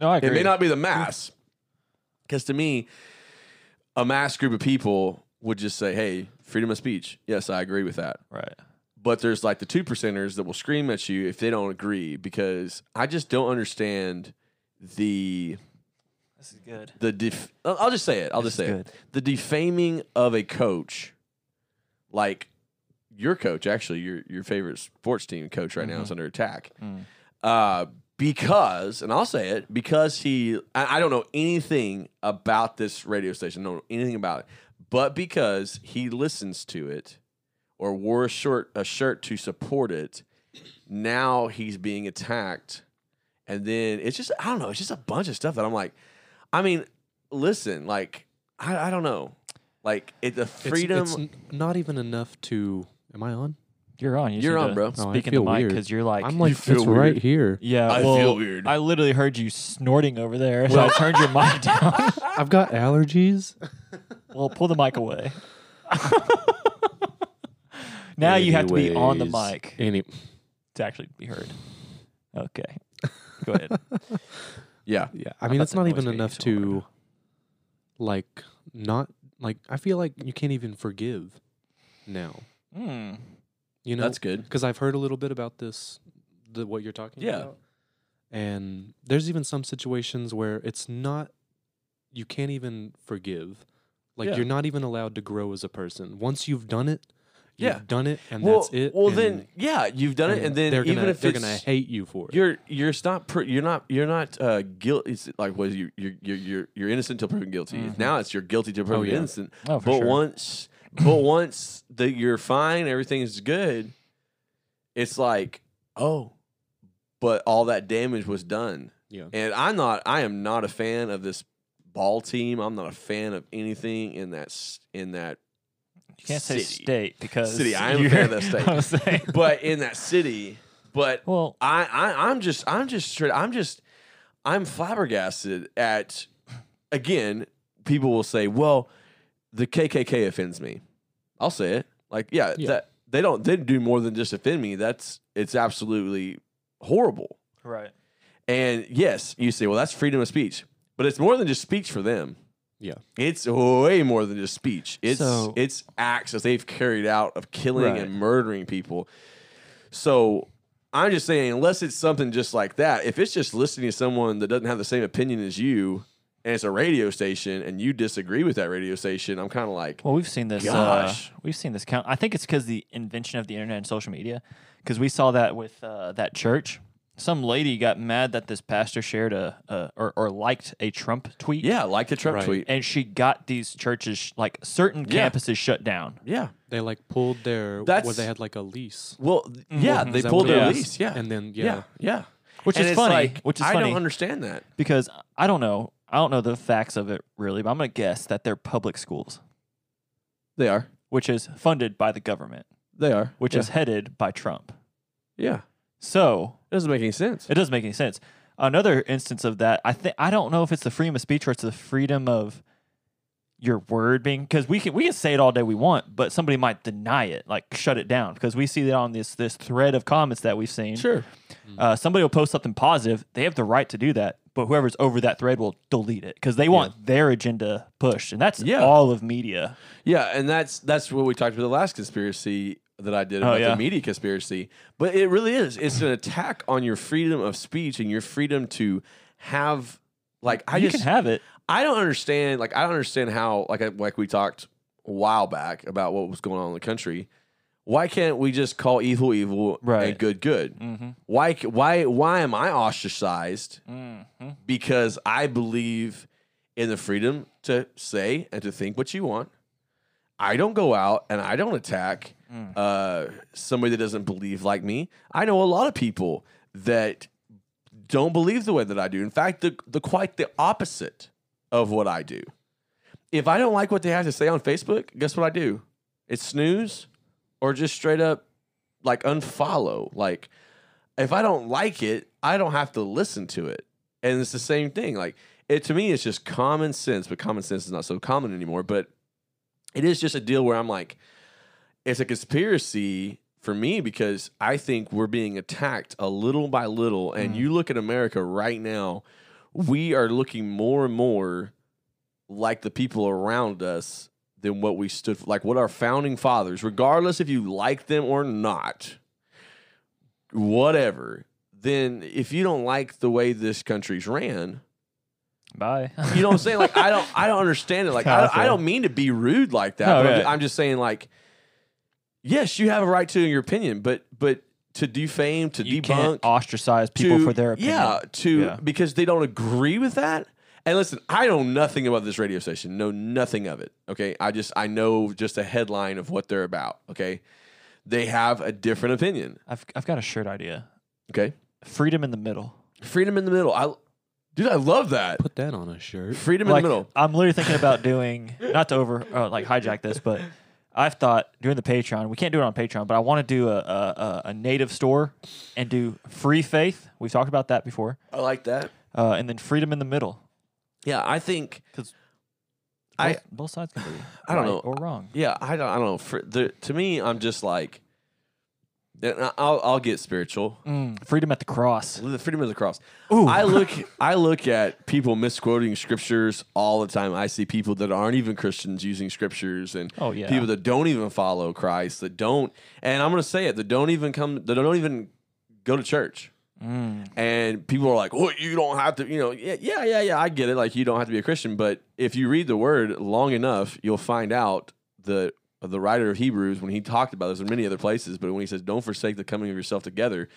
Speaker 1: No, I
Speaker 2: It
Speaker 1: agree.
Speaker 2: may not be the mass, because to me, a mass group of people would just say, "Hey, freedom of speech." Yes, I agree with that
Speaker 1: Right.
Speaker 2: but there's like the two percenters that will scream at you if they don't agree because I just don't understand the
Speaker 1: This is good.
Speaker 2: the def- I'll I'll just say it. I'll
Speaker 1: This
Speaker 2: just say
Speaker 1: is
Speaker 2: it. The defaming of a coach, like your coach, actually your your favorite sports team coach right now is under attack.
Speaker 1: Mm.
Speaker 2: Uh, because, and I'll say it, because he, I, I don't know anything about this radio station, don't know anything about it, but because he listens to it or wore a short a shirt to support it, now he's being attacked, and then it's just I don't know, it's just a bunch of stuff that I'm like, I mean, listen, like I, I don't know, like it the
Speaker 3: It's-
Speaker 2: freedom.
Speaker 3: It's, n- not even enough to. Am I on?
Speaker 1: You're on. You
Speaker 2: You're
Speaker 1: seem
Speaker 2: on,
Speaker 1: to
Speaker 2: bro.
Speaker 3: No, I
Speaker 1: Speaking
Speaker 3: feel
Speaker 1: the mic
Speaker 3: weird.
Speaker 1: because you're like.
Speaker 3: I'm like
Speaker 2: feel
Speaker 3: it's
Speaker 2: weird.
Speaker 3: right here.
Speaker 1: yeah.
Speaker 2: I
Speaker 1: well,
Speaker 2: feel weird.
Speaker 1: I literally heard you snorting over there, so I turned your
Speaker 2: [LAUGHS]
Speaker 1: mic down.
Speaker 3: I've got allergies.
Speaker 1: well, pull the mic
Speaker 3: [LAUGHS]
Speaker 1: away. now you have to be on the
Speaker 3: Anyways,
Speaker 1: mic
Speaker 3: Any,
Speaker 1: to actually be heard. Okay. Go
Speaker 3: [LAUGHS]
Speaker 1: ahead.
Speaker 2: yeah,
Speaker 3: yeah, I mean,
Speaker 1: thought
Speaker 3: it's
Speaker 1: that
Speaker 3: not
Speaker 1: noise
Speaker 3: even
Speaker 1: got you
Speaker 3: enough
Speaker 1: so hard.
Speaker 3: to, like, not like. I feel like you can't even forgive now.
Speaker 1: Hmm.
Speaker 3: You know,
Speaker 2: that's good.
Speaker 3: because I've heard a little bit about this, the what you're talking
Speaker 2: Yeah.
Speaker 3: about. And there's even some situations where it's not you can't even forgive. Like
Speaker 2: Yeah.
Speaker 3: you're not even allowed to grow as a person. Once you've done it, you've
Speaker 2: Yeah.
Speaker 3: done it and
Speaker 2: well,
Speaker 3: that's it.
Speaker 2: well
Speaker 3: and-
Speaker 2: then, yeah, you've done it, and then
Speaker 3: they're
Speaker 2: even
Speaker 3: gonna,
Speaker 2: if
Speaker 3: they're
Speaker 2: it's,
Speaker 3: gonna hate you for it.
Speaker 2: You're you're it's not pr- you're not you're not uh guilty. It's like was you you're you're you're, you're innocent till proven guilty. Now it's you're guilty till proven
Speaker 3: Mm-hmm. yeah.
Speaker 2: innocent.
Speaker 1: Oh, for
Speaker 2: but
Speaker 1: sure.
Speaker 2: once but once that you're fine, everything's good. It's like oh, but all that damage was done.
Speaker 3: yeah.
Speaker 2: And I'm not. I am not a fan of this ball team. I'm not a fan of anything in that s- in that
Speaker 1: You can't say
Speaker 2: city.
Speaker 1: state because
Speaker 2: City. I am a
Speaker 1: you're-
Speaker 2: fan of that
Speaker 1: [LAUGHS]
Speaker 2: state.
Speaker 1: I'm saying-
Speaker 2: But in that city. But
Speaker 1: well,
Speaker 2: I, I I'm just I'm just straight I'm just I'm flabbergasted at again people will say, "Well, the KKK offends me." I'll say it. Like, yeah,
Speaker 3: Yeah.
Speaker 2: that they don't they do more than just offend me. That's it's absolutely horrible.
Speaker 1: Right.
Speaker 2: And yes, you say, "Well, that's freedom of speech." But it's more than just speech for them.
Speaker 3: Yeah.
Speaker 2: It's way more than just speech. It's
Speaker 1: So-
Speaker 2: it's acts that they've carried out of killing
Speaker 1: Right.
Speaker 2: and murdering people. So I'm just saying, unless it's something just like that, if it's just listening to someone that doesn't have the same opinion as you, and it's a radio station, and you disagree with that radio station, I'm kind of like,
Speaker 1: Well, we've seen this. uh,
Speaker 2: Gosh.
Speaker 1: we've seen this count. I think it's because the invention of the internet and social media. Because we saw that with uh, that church. Some lady got mad that this pastor shared a, a or, or liked a Trump tweet.
Speaker 2: yeah, like the Trump
Speaker 3: Right.
Speaker 2: tweet,
Speaker 1: And she got these churches, like certain
Speaker 2: Yeah.
Speaker 1: campuses, shut down.
Speaker 2: yeah.
Speaker 3: They like pulled their where
Speaker 2: That's-
Speaker 3: they had like a lease.
Speaker 2: Well, th- yeah,
Speaker 1: Mhm.
Speaker 2: they
Speaker 3: Is that
Speaker 2: pulled
Speaker 1: what it
Speaker 2: their
Speaker 1: is?
Speaker 2: lease, yeah,
Speaker 3: And then yeah.
Speaker 2: yeah, yeah.
Speaker 1: Which
Speaker 2: And
Speaker 1: is
Speaker 2: it's
Speaker 1: funny.
Speaker 2: like,
Speaker 1: which is
Speaker 2: I
Speaker 1: funny
Speaker 2: don't understand that.
Speaker 1: because I don't know. I don't know the facts of it really, but I'm gonna guess that they're public schools,
Speaker 2: They are,
Speaker 1: which is funded by the government,
Speaker 2: they are,
Speaker 1: which
Speaker 2: yeah.
Speaker 1: is headed by Trump.
Speaker 2: yeah.
Speaker 1: So
Speaker 2: It doesn't make any sense.
Speaker 1: It doesn't make any sense. Another instance of that, I think I don't know if it's the freedom of speech or it's the freedom of your word being because we can we can say it all day we want, but somebody might deny it, like shut it down because we see that on this this thread of comments that we've seen.
Speaker 2: Sure.
Speaker 1: Uh, somebody will post something positive; they have the right to do that, but whoever's over that thread will delete it because they want their agenda pushed, and that's
Speaker 2: Yeah.
Speaker 1: all of media.
Speaker 2: Yeah, and that's that's what we talked about the last conspiracy that I did
Speaker 1: Oh,
Speaker 2: about
Speaker 1: yeah.
Speaker 2: the media conspiracy. But it really is. It's an attack on your freedom of speech and your freedom to have like I
Speaker 1: you
Speaker 2: just
Speaker 1: can have it.
Speaker 2: I don't understand like I don't understand how like I, like we talked a while back about what was going on in the country. Why can't we just call evil evil
Speaker 1: Right.
Speaker 2: and good good?
Speaker 1: Mm-hmm.
Speaker 2: Why c- why why am I ostracized
Speaker 1: Mm-hmm.
Speaker 2: because I believe in the freedom to say and to think what you want. I don't go out and I don't attack
Speaker 1: Mm.
Speaker 2: uh, somebody that doesn't believe like me. I know a lot of people that don't believe the way that I do. In fact, the, the quite the opposite of what I do. If I don't like what they have to say on Facebook, guess what I do? It's snooze or just straight up like unfollow. Like if I don't like it, I don't have to listen to it. And it's the same thing. Like it to me, it's just common sense, but common sense is not so common anymore. But it is just a deal where I'm like, it's a conspiracy for me because I think we're being attacked a little by little. And
Speaker 1: Mm.
Speaker 2: you look at America right now, we are looking more and more like the people around us than what we stood for, like what our founding fathers, regardless if you like them or not, whatever, then if you don't like the way this country's ran,
Speaker 1: Bye.
Speaker 2: you know what I'm saying? Like I don't I don't understand it. Like I, I don't mean to be rude like that.
Speaker 1: No,
Speaker 2: but I'm,
Speaker 1: yeah.
Speaker 2: ju- I'm just saying like yes, you have a right to your opinion, but but to defame, to
Speaker 1: [LAUGHS] you
Speaker 2: debunk,
Speaker 1: can't ostracize people
Speaker 2: to-
Speaker 1: for their opinion.
Speaker 2: Yeah, to
Speaker 1: Yeah.
Speaker 2: because they don't agree with that. And listen, I know nothing about this radio station. Know nothing of it. Okay, I just I know just a headline of what they're about. Okay, they have a different opinion.
Speaker 1: I've I've got a shirt idea.
Speaker 2: Okay,
Speaker 1: Freedom in the middle.
Speaker 2: freedom in the middle. I dude, I love that.
Speaker 3: Put that on a shirt.
Speaker 2: Freedom
Speaker 1: like,
Speaker 2: in the middle.
Speaker 1: I'm literally thinking about doing not to over uh, like hijack this, but I've thought doing the Patreon. We can't do it on Patreon, but I want to do a, a a- a native store and do free faith. We've talked about that before,
Speaker 2: I like that.
Speaker 1: uh, and then freedom in the middle
Speaker 2: Yeah, I think
Speaker 1: because
Speaker 2: I-
Speaker 1: both, both sides can be
Speaker 2: I don't
Speaker 1: right
Speaker 2: know.
Speaker 1: or wrong.
Speaker 2: Yeah, I don't. I don't know. For the, to me, I'm just like, and I- I'll I'll get spiritual.
Speaker 1: Mm, freedom at the cross.
Speaker 2: The freedom of the cross. I look I look at people misquoting scriptures all the time. I see people that aren't even Christians using scriptures, and
Speaker 1: Oh, yeah.
Speaker 2: people that don't even follow Christ, that don't. And I'm gonna say it. That don't even come. That don't even go to church.
Speaker 1: Mm,
Speaker 2: And people are like, "Well, you don't have to." You know, yeah, yeah, yeah, yeah. I get it. Like you don't have to be a Christian, but if you read the word long enough, you'll find out the the writer of Hebrews when he talked about this in many other places, but when he says, "Don't forsake the coming of yourself together,"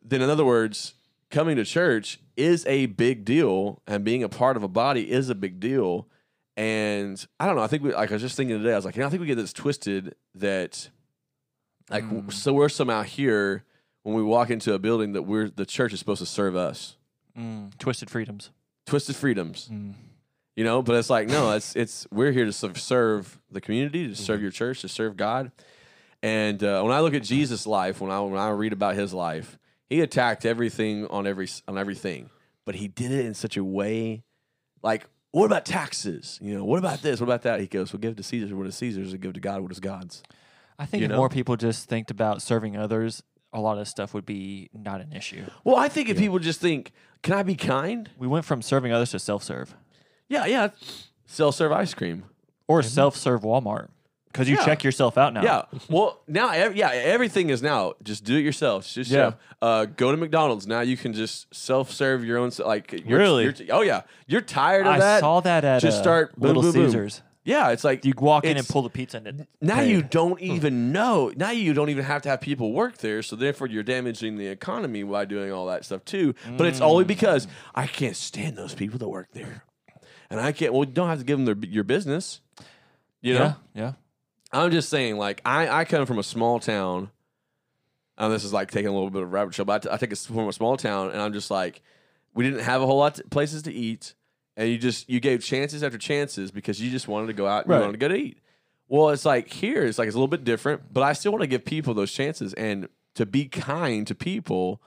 Speaker 2: then in other words, coming to church is a big deal, and being a part of a body is a big deal. And I don't know. I think we, like I was just thinking today. I was like, you know, I think we get this twisted that like w-
Speaker 1: Mm.
Speaker 2: so we're somehow here when we walk into a building that we're the church is supposed to serve us.
Speaker 1: mm, twisted freedoms.
Speaker 2: Twisted freedoms,
Speaker 1: Mm.
Speaker 2: you know. But it's like no, it's it's we're here to serve, serve the community, to serve your church, to serve God. And uh, when I look at Jesus' life, when I when I read about his life, he attacked everything on every s- on everything, but he did it in such a way, like what about taxes? You know, what about this? What about that? He goes, well, give to Caesar what is Caesar's, and give to God what is God's.
Speaker 1: I think
Speaker 2: You
Speaker 1: if
Speaker 2: know?
Speaker 1: more people just think about serving others, a lot of this stuff would be not an issue.
Speaker 2: Well, I think if people just think, can I be kind?
Speaker 1: We went from serving others to self serve
Speaker 2: Yeah, yeah. Self serve ice cream.
Speaker 1: or self serve Walmart because you
Speaker 2: Yeah.
Speaker 1: check yourself out now.
Speaker 2: Yeah. Well, now, ev- yeah, everything is now just do it yourself. Just
Speaker 1: Yeah.
Speaker 2: yeah. Uh, go to McDonald's now. You can just self serve your own. s- Like you're,
Speaker 1: Really?
Speaker 2: you're- oh yeah. You're tired of
Speaker 1: I
Speaker 2: that.
Speaker 1: saw that at
Speaker 2: Just
Speaker 1: uh,
Speaker 2: start boom,
Speaker 1: Little
Speaker 2: boom, boom.
Speaker 1: Caesars.
Speaker 2: Yeah, it's like
Speaker 1: You walk in and
Speaker 2: it's-
Speaker 1: pull the pizza, and it,
Speaker 2: Now
Speaker 1: Hey.
Speaker 2: you don't even know. Now you don't even have to have people work there. So therefore, you're damaging the economy by doing all that stuff too. But it's
Speaker 1: Mm.
Speaker 2: only because I can't stand those people that work there, and I can't. Well, you don't have to give them their your business. You know,
Speaker 1: yeah, yeah.
Speaker 2: I'm just saying. Like I, I come from a small town. And this is like taking a little bit of a rabbit trail, but I, t- I take it from a small town, and I'm just like, we didn't have a whole lot of places to eat, and you just you gave chances after chances because you just wanted to go out and
Speaker 1: Right.
Speaker 2: you wanted to go to eat. Well, it's like here, it's like it's a little bit different, but I still want to give people those chances and to be kind to people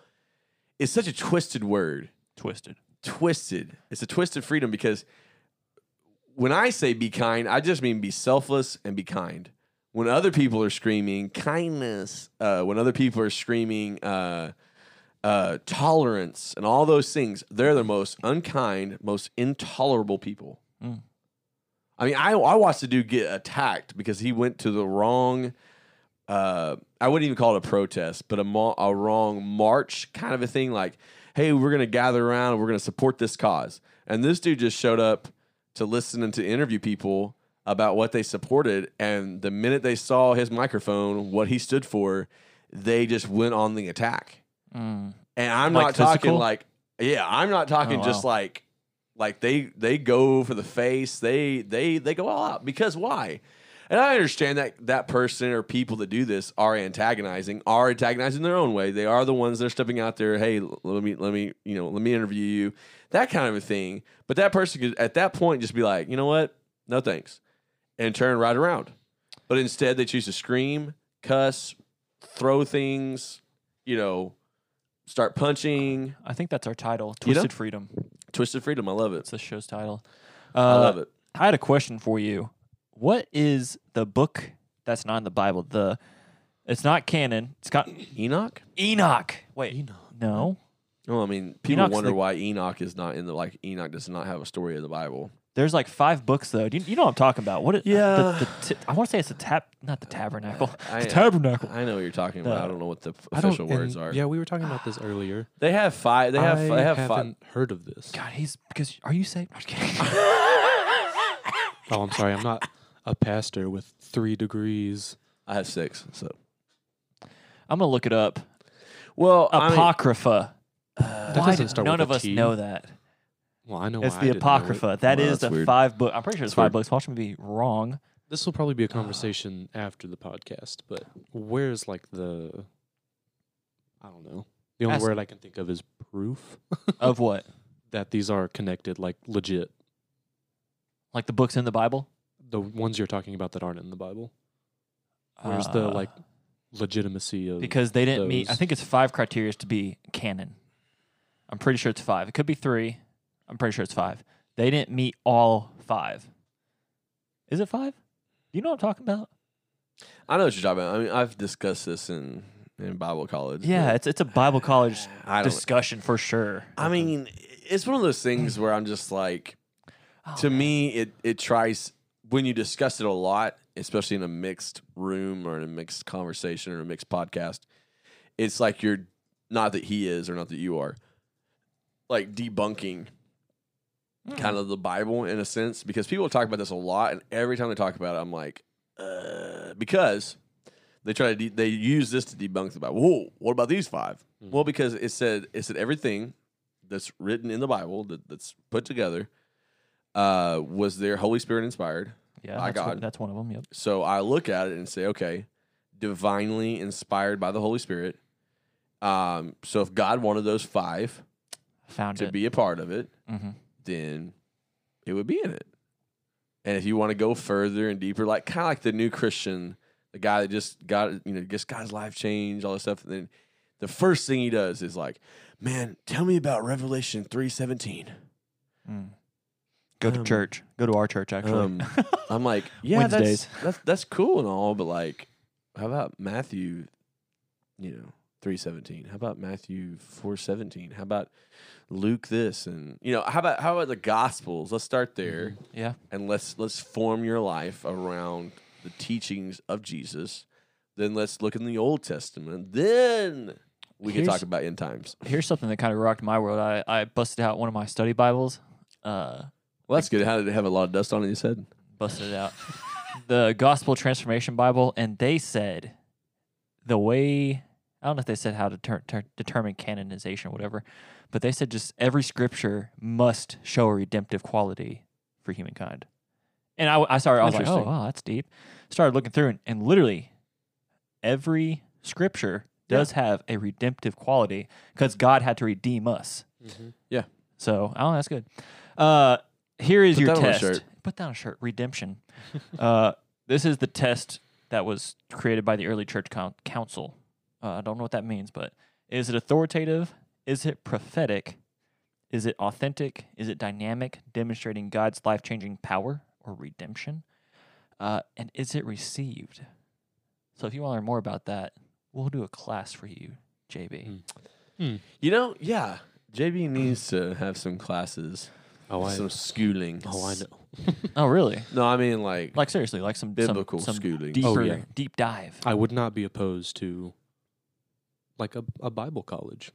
Speaker 2: is such a twisted word.
Speaker 1: Twisted.
Speaker 2: Twisted. It's a twisted freedom because when I say be kind, I just mean be selfless and be kind. When other people are screaming kindness, uh, when other people are screaming uh, uh, tolerance and all those things, they're the most unkind, most intolerable people.
Speaker 1: Mm.
Speaker 2: I mean, I, I watched a dude get attacked because he went to the wrong, uh, I wouldn't even call it a protest, but a, mo- a wrong march kind of a thing. Like, hey, we're going to gather around and we're going to support this cause. And this dude just showed up to listen and to interview people about what they supported. And the minute they saw his microphone, what he stood for, they just went on the attack.
Speaker 1: Mm.
Speaker 2: And I'm
Speaker 1: Like
Speaker 2: not talking
Speaker 1: physical?
Speaker 2: like yeah, I'm not talking
Speaker 1: Oh,
Speaker 2: just
Speaker 1: wow.
Speaker 2: like like they they go for the face. They they they go all out because why? And I understand that that person or people that do this are antagonizing, are antagonizing their own way. They are the ones that are stepping out there. Hey, l- let me let me you know let me interview you, that kind of a thing. But that person could at that point just be like, you know what, no thanks, and turn right around. But instead, they choose to scream, cuss, throw things, you know, start punching.
Speaker 1: I think that's our title,
Speaker 2: You know?
Speaker 1: Twisted Freedom.
Speaker 2: Twisted Freedom. I love
Speaker 1: It's
Speaker 2: it.
Speaker 1: the show's title.
Speaker 2: I
Speaker 1: Uh,
Speaker 2: love it.
Speaker 1: I had a question for you. What is the book that's not in the Bible? The it's not canon. It's got
Speaker 2: Enoch?
Speaker 1: Enoch. Wait, no.
Speaker 2: Well, I mean, people
Speaker 1: Enoch's
Speaker 2: wonder
Speaker 1: the-
Speaker 2: why Enoch is not in the like Enoch does not have a story in the Bible.
Speaker 1: There's like five books though. Do you, you know what I'm talking about? What? It,
Speaker 2: Yeah.
Speaker 1: The, the t- I want to say it's the tab, not the tabernacle.
Speaker 2: I-
Speaker 1: the tabernacle.
Speaker 2: I know what you're talking about.
Speaker 1: Uh,
Speaker 2: I don't know what the f-
Speaker 3: I don't-
Speaker 2: official words
Speaker 3: and-
Speaker 2: are.
Speaker 3: Yeah, we were talking about this
Speaker 2: [SIGHS]
Speaker 3: earlier.
Speaker 2: They have five. They have.
Speaker 3: I
Speaker 2: they have five.
Speaker 3: haven't heard of this.
Speaker 1: God, he's because are you saved? I'm just
Speaker 3: [LAUGHS]
Speaker 1: kidding.
Speaker 3: Oh, I'm sorry. I'm not a pastor with three degrees.
Speaker 2: I have six. So
Speaker 1: I'm gonna look it up.
Speaker 2: well, I mean,
Speaker 1: Apocrypha. Uh,
Speaker 3: that
Speaker 1: Why
Speaker 3: doesn't
Speaker 1: did
Speaker 3: start
Speaker 1: none
Speaker 3: with
Speaker 1: of
Speaker 3: a
Speaker 1: us
Speaker 3: T.
Speaker 1: know that?
Speaker 3: Well, I know
Speaker 1: It's
Speaker 3: why I
Speaker 1: the
Speaker 3: didn't know it.
Speaker 1: Apocrypha. That
Speaker 2: Wow,
Speaker 1: is
Speaker 2: that's
Speaker 1: the
Speaker 2: weird.
Speaker 1: five book. I'm pretty sure it's
Speaker 2: That's
Speaker 1: five
Speaker 2: weird.
Speaker 1: books. Watch me be wrong.
Speaker 3: This will probably be a
Speaker 1: Ah.
Speaker 3: conversation after the podcast, but where's like the I don't know. The only
Speaker 1: Ask-
Speaker 3: word I can think of is
Speaker 1: [LAUGHS]
Speaker 3: proof
Speaker 1: Of what?
Speaker 3: that these are connected, like legit.
Speaker 1: Like the books in the Bible?
Speaker 3: The ones you're talking about that aren't in the Bible. Where's the
Speaker 1: Uh,
Speaker 3: like legitimacy of
Speaker 1: because they didn't meet. I
Speaker 3: those.
Speaker 1: think it's five criteria to be canon. I'm pretty sure it's five. It could be three. I'm pretty sure it's five. They didn't meet all five. Is it five? You know what I'm talking about?
Speaker 2: I know what you're talking about. I mean, I've discussed this in in Bible college.
Speaker 1: Yeah,
Speaker 2: but
Speaker 1: it's it's a Bible college
Speaker 2: I don't.
Speaker 1: discussion for sure.
Speaker 2: I mean, it's one of those things where I'm just like,
Speaker 1: Oh,
Speaker 2: to me, it it tries when you discuss it a lot, especially in a mixed room or in a mixed conversation or a mixed podcast. It's like you're not that he is or not that you are, like debunking kind of the Bible in a sense because people talk about this a lot, and every time they talk about it, I'm like, uh, because they try to de- they use this to debunk the Bible. Whoa, what about these 5
Speaker 3: Mhm.
Speaker 2: Well, because it said it said everything that's written in the Bible that, that's put together uh, was there Holy Spirit inspired.
Speaker 1: yeah,
Speaker 2: by
Speaker 1: that's, one-
Speaker 2: God.
Speaker 1: that's one of them. Yep.
Speaker 2: So I look at it and say, okay, divinely inspired by the Holy Spirit. Um, so if God wanted those five
Speaker 1: Found
Speaker 2: to
Speaker 1: it.
Speaker 2: be a part of it,
Speaker 1: Mhm.
Speaker 2: then it would be in it. And if you want to go further and deeper, like kind of like the new Christian, the guy that just got you know just got his life changed, all this stuff. And then the first thing he does is like, "Man, tell me about Revelation three seventeen.
Speaker 1: Mm. Go to
Speaker 2: Um,
Speaker 1: church. Go to our church, actually. [LAUGHS]
Speaker 2: Um, I'm like, yeah, that's,
Speaker 1: Wednesdays.
Speaker 2: that's that's cool and all, but like, how about Matthew, you know, three seventeen? How about Matthew four seventeen? How about Luke this and you know, how about how about the Gospels? Let's start there
Speaker 1: yeah.
Speaker 2: and let's let's form your life around the teachings of Jesus. Then let's look in the Old Testament. Then we can
Speaker 1: Here's-
Speaker 2: talk about end times.
Speaker 1: Here's something that kind of rocked my world. I, I busted out one of my study Bibles. Uh,
Speaker 2: Well, that's good. How did it have a lot of dust on it? You said
Speaker 1: busted it out. the Gospel Transformation Bible, and they said the way I don't know if they said how to ter- ter- determine canonization or whatever, but they said just every scripture must show a redemptive quality for humankind. And I, I started, I was like, oh,
Speaker 2: Interesting.
Speaker 1: wow, that's deep. Started looking through, and, and literally every scripture does have a redemptive quality because God had to redeem us.
Speaker 3: Mm-hmm.
Speaker 1: [LAUGHS] So I don't know. That's good. Uh, here is
Speaker 2: Put
Speaker 1: your
Speaker 2: that on a
Speaker 1: test.
Speaker 2: shirt.
Speaker 1: Put down a shirt. Redemption.
Speaker 3: Oh,
Speaker 1: uh, this is the test that was created by the early church coun council. Uh, I don't know what that means, but is it authoritative? Is it prophetic? Is it authentic? Is it dynamic, demonstrating God's life changing power or redemption? Uh, and is it received? So if you want to learn more about that, we'll do a class for you, JB.
Speaker 3: Mm.
Speaker 2: you know, yeah. JB needs to have some classes.
Speaker 1: uh,
Speaker 3: Oh, I,
Speaker 2: some schooling.
Speaker 3: oh, I know. [LAUGHS]
Speaker 1: Oh, really?
Speaker 2: No, I mean like,
Speaker 1: Like seriously, like some some-
Speaker 2: biblical
Speaker 1: some,
Speaker 2: schooling.
Speaker 1: deeper,
Speaker 3: Oh, yeah.
Speaker 1: deep dive.
Speaker 3: I would not be opposed to like a, a Bible college.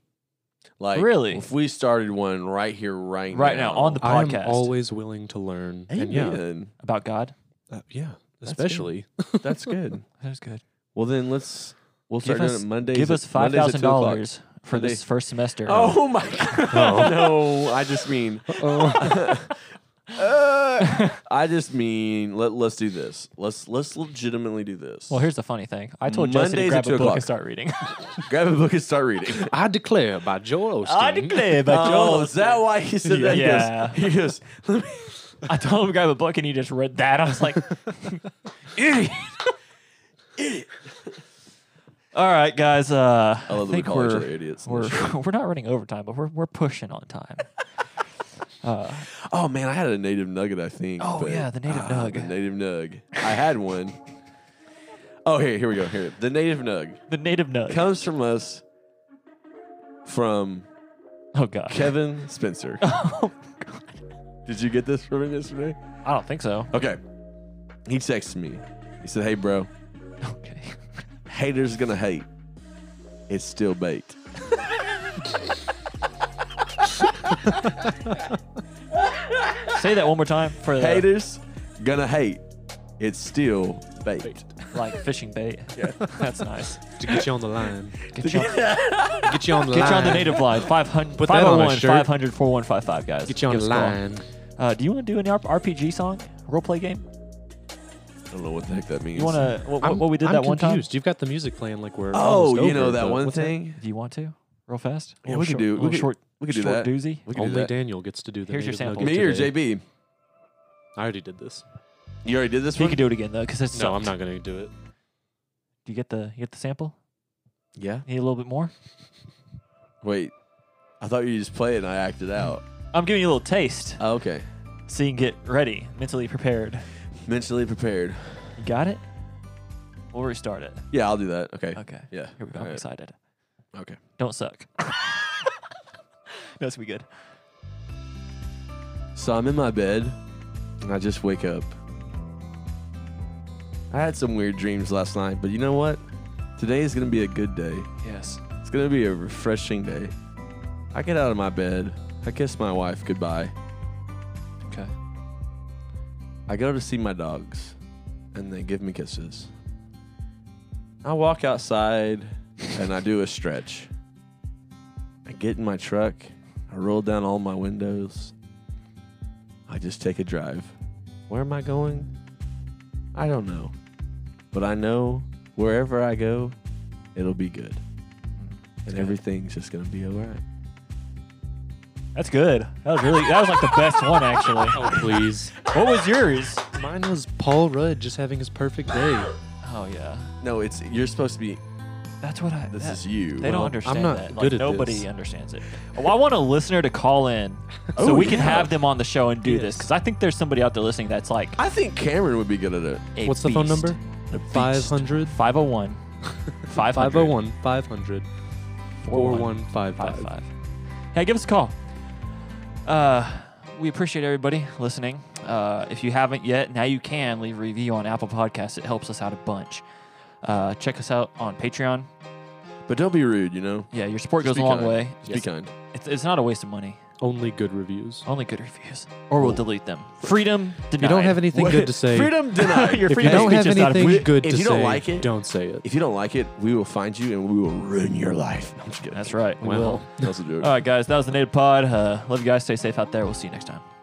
Speaker 2: like
Speaker 1: Really?
Speaker 2: If we started one right here, right
Speaker 1: Right now, on the
Speaker 3: I am
Speaker 1: Podcast.
Speaker 3: always willing to learn. And yeah,
Speaker 2: Amen.
Speaker 1: About God.
Speaker 3: uh, yeah,
Speaker 2: That's good.
Speaker 3: especially
Speaker 2: that's good.
Speaker 1: [LAUGHS] That's good.
Speaker 2: Well, then let's we'll
Speaker 1: Give
Speaker 2: start
Speaker 1: us-
Speaker 2: doing it Mondays.
Speaker 1: Give
Speaker 2: at-
Speaker 1: us five
Speaker 2: Mondays at
Speaker 1: thousand
Speaker 2: 2 o'clock.
Speaker 1: dollars for this
Speaker 2: Monday.
Speaker 1: first semester.
Speaker 2: Oh my [LAUGHS] god! no, I just mean.
Speaker 1: [LAUGHS]
Speaker 2: Uh, [LAUGHS] I just mean let let's do this. Let's let's legitimately do this.
Speaker 1: Well, here's the funny thing. I told Jesse to
Speaker 2: Mondays
Speaker 1: grab
Speaker 2: at
Speaker 1: a
Speaker 2: two
Speaker 1: book
Speaker 2: o'clock.
Speaker 1: and start reading. [LAUGHS]
Speaker 2: grab a book and start reading.
Speaker 3: I declare by Joel Osteen.
Speaker 1: but
Speaker 2: oh, is that why he said that? He goes-
Speaker 1: Yeah.
Speaker 2: He goes. [LAUGHS] Let me,
Speaker 1: I told him to grab a book and he just read that. I was like, [LAUGHS] idiot. [LAUGHS] All right, guys. Uh,
Speaker 2: I love that we
Speaker 1: think
Speaker 2: call each
Speaker 1: we're,
Speaker 2: other idiots. in
Speaker 1: We're, [LAUGHS]
Speaker 2: this
Speaker 1: we're not running overtime, but we're, we're pushing on time.
Speaker 2: Oh man, I had a native nugget, I think. Ah,
Speaker 1: Oh, yeah, the native nug.
Speaker 2: The native nug. I had one. Oh here, here we go. Here, the native nug
Speaker 1: The native nug.
Speaker 2: comes from us from
Speaker 1: oh, God. Oh,
Speaker 2: Kevin
Speaker 1: [LAUGHS]
Speaker 2: Spencer. Did you get this from him yesterday?
Speaker 1: I don't think so.
Speaker 2: Okay, he texted me. He said, "Hey, bro,
Speaker 1: Okay.
Speaker 2: haters gonna hate. It's still bait."
Speaker 1: Say that one more time for the,
Speaker 2: Haters gonna hate. It's still bait.
Speaker 1: like fishing bait. Yeah. [LAUGHS] That's nice.
Speaker 3: [LAUGHS] to get you on the line.
Speaker 1: Get you on,
Speaker 3: Get you on the line.
Speaker 1: get you on the native
Speaker 3: [LAUGHS]
Speaker 1: line. 500,
Speaker 3: that on a
Speaker 1: 501
Speaker 3: shirt.
Speaker 1: 500 4155, guys.
Speaker 3: Get you on
Speaker 1: Give
Speaker 3: the
Speaker 1: us a call.
Speaker 3: line.
Speaker 1: Uh, do you want to do an R- RPG song? Role play game?
Speaker 2: I don't know what the heck that means.
Speaker 1: You want to, what, what,
Speaker 3: I'm-
Speaker 1: what we did
Speaker 3: I'm
Speaker 1: that one time?
Speaker 3: confused. You've got the music playing like we're.
Speaker 2: Oh,
Speaker 3: almost
Speaker 2: you know
Speaker 3: over,
Speaker 2: that
Speaker 3: but
Speaker 2: one
Speaker 3: what's that?
Speaker 2: thing.
Speaker 1: Do you want to? Real fast?
Speaker 2: Yeah,
Speaker 1: Little
Speaker 2: we could
Speaker 1: short-
Speaker 2: do- we
Speaker 1: little
Speaker 2: could-
Speaker 1: short,
Speaker 2: we could do
Speaker 1: short
Speaker 2: that.
Speaker 1: doozy.
Speaker 2: We can do
Speaker 3: Only
Speaker 2: that.
Speaker 3: Daniel gets to do the.
Speaker 1: Here's your
Speaker 3: native
Speaker 1: sample.
Speaker 3: nugget
Speaker 2: Me or
Speaker 3: today.
Speaker 2: JB?
Speaker 3: I already did this.
Speaker 2: You already did this
Speaker 1: He
Speaker 2: one?
Speaker 1: could do it again though, because it's
Speaker 3: No, I'm not going to do it. [LAUGHS]
Speaker 1: Do you get the you get the sample?
Speaker 2: yeah.
Speaker 1: Need a little bit more?
Speaker 2: Wait. I thought you just played and I acted out.
Speaker 1: I'm giving you a little taste,
Speaker 2: Oh, okay.
Speaker 1: so you can get ready, mentally prepared.
Speaker 2: Mentally prepared.
Speaker 1: You got it? We'll restart it.
Speaker 2: Yeah, I'll do that. Okay.
Speaker 1: Okay.
Speaker 2: Yeah.
Speaker 1: Here we go. I'm
Speaker 2: Alright.
Speaker 1: excited.
Speaker 2: Okay.
Speaker 1: Don't suck. [LAUGHS] That's gonna be good.
Speaker 2: So I'm in my bed and I just wake up. I had some weird dreams last night, but you know what? Today is going to be a good day.
Speaker 1: Yes.
Speaker 2: It's going to be a refreshing day. I get out of my bed. I kiss my wife goodbye.
Speaker 1: Okay.
Speaker 2: I go to see my dogs, and they give me kisses. I walk outside and I do a stretch. I get in my truck, I roll down all my windows. I just take a drive. Where am I going? I don't know. But I know wherever I go, it'll be good. And everything's just going to be all right.
Speaker 1: That's good. That was really that was like the best one [LAUGHS] actually.
Speaker 3: Oh, please.
Speaker 1: What was yours?
Speaker 3: Mine was Paul Rudd just having his perfect day.
Speaker 1: Oh yeah.
Speaker 2: No, it's you're supposed to be
Speaker 1: That's what I.
Speaker 2: This
Speaker 1: that-
Speaker 2: is you.
Speaker 1: They don't
Speaker 3: Well,
Speaker 1: understand
Speaker 3: I'm not
Speaker 1: that.
Speaker 3: good
Speaker 1: Like,
Speaker 3: at
Speaker 1: nobody
Speaker 3: this.
Speaker 1: understands it. Well, I want a listener to call [LAUGHS] in so
Speaker 2: Oh,
Speaker 1: we can
Speaker 2: yeah.
Speaker 1: have them on the show and do this
Speaker 3: Yes.
Speaker 1: because I think there's somebody out there listening that's like
Speaker 2: I think Cameron would be good at it.
Speaker 1: a
Speaker 3: What's the phone
Speaker 1: beast.
Speaker 3: number?
Speaker 2: A
Speaker 3: 500 [LAUGHS]
Speaker 1: 501 501
Speaker 3: 501 500 4155.
Speaker 1: 555. Hey, give us a call. Uh, we appreciate everybody listening. Uh, if you haven't yet, now you can leave a review on Apple Podcasts. It helps us out a bunch. Uh, check us out on Patreon.
Speaker 2: But don't be rude, you know?
Speaker 1: Yeah, your support goes
Speaker 2: Just be
Speaker 1: a long
Speaker 2: kind.
Speaker 1: way.
Speaker 2: Just
Speaker 1: Yes.
Speaker 2: be kind.
Speaker 1: It's, it's not a waste of money.
Speaker 3: Only good reviews.
Speaker 1: Only good reviews, or we'll delete them. Freedom denied.
Speaker 3: If you don't have anything
Speaker 1: [LAUGHS]
Speaker 3: good to say,
Speaker 2: Freedom denied.
Speaker 1: Your
Speaker 3: if you
Speaker 1: freedom
Speaker 3: don't
Speaker 1: of
Speaker 3: have
Speaker 1: speech is not a
Speaker 3: anything
Speaker 1: free-
Speaker 3: good
Speaker 2: if
Speaker 3: to
Speaker 2: you don't
Speaker 3: say,
Speaker 2: like it-
Speaker 3: don't say it.
Speaker 2: If you don't like it, we will find you and we will ruin your life. No, I'm just kidding.
Speaker 1: That's right. We
Speaker 3: Wow.
Speaker 1: will. [LAUGHS]
Speaker 2: That was a joke.
Speaker 1: All right, guys. That was the Native Pod. Uh, love you guys. Stay safe out there. We'll see you next time.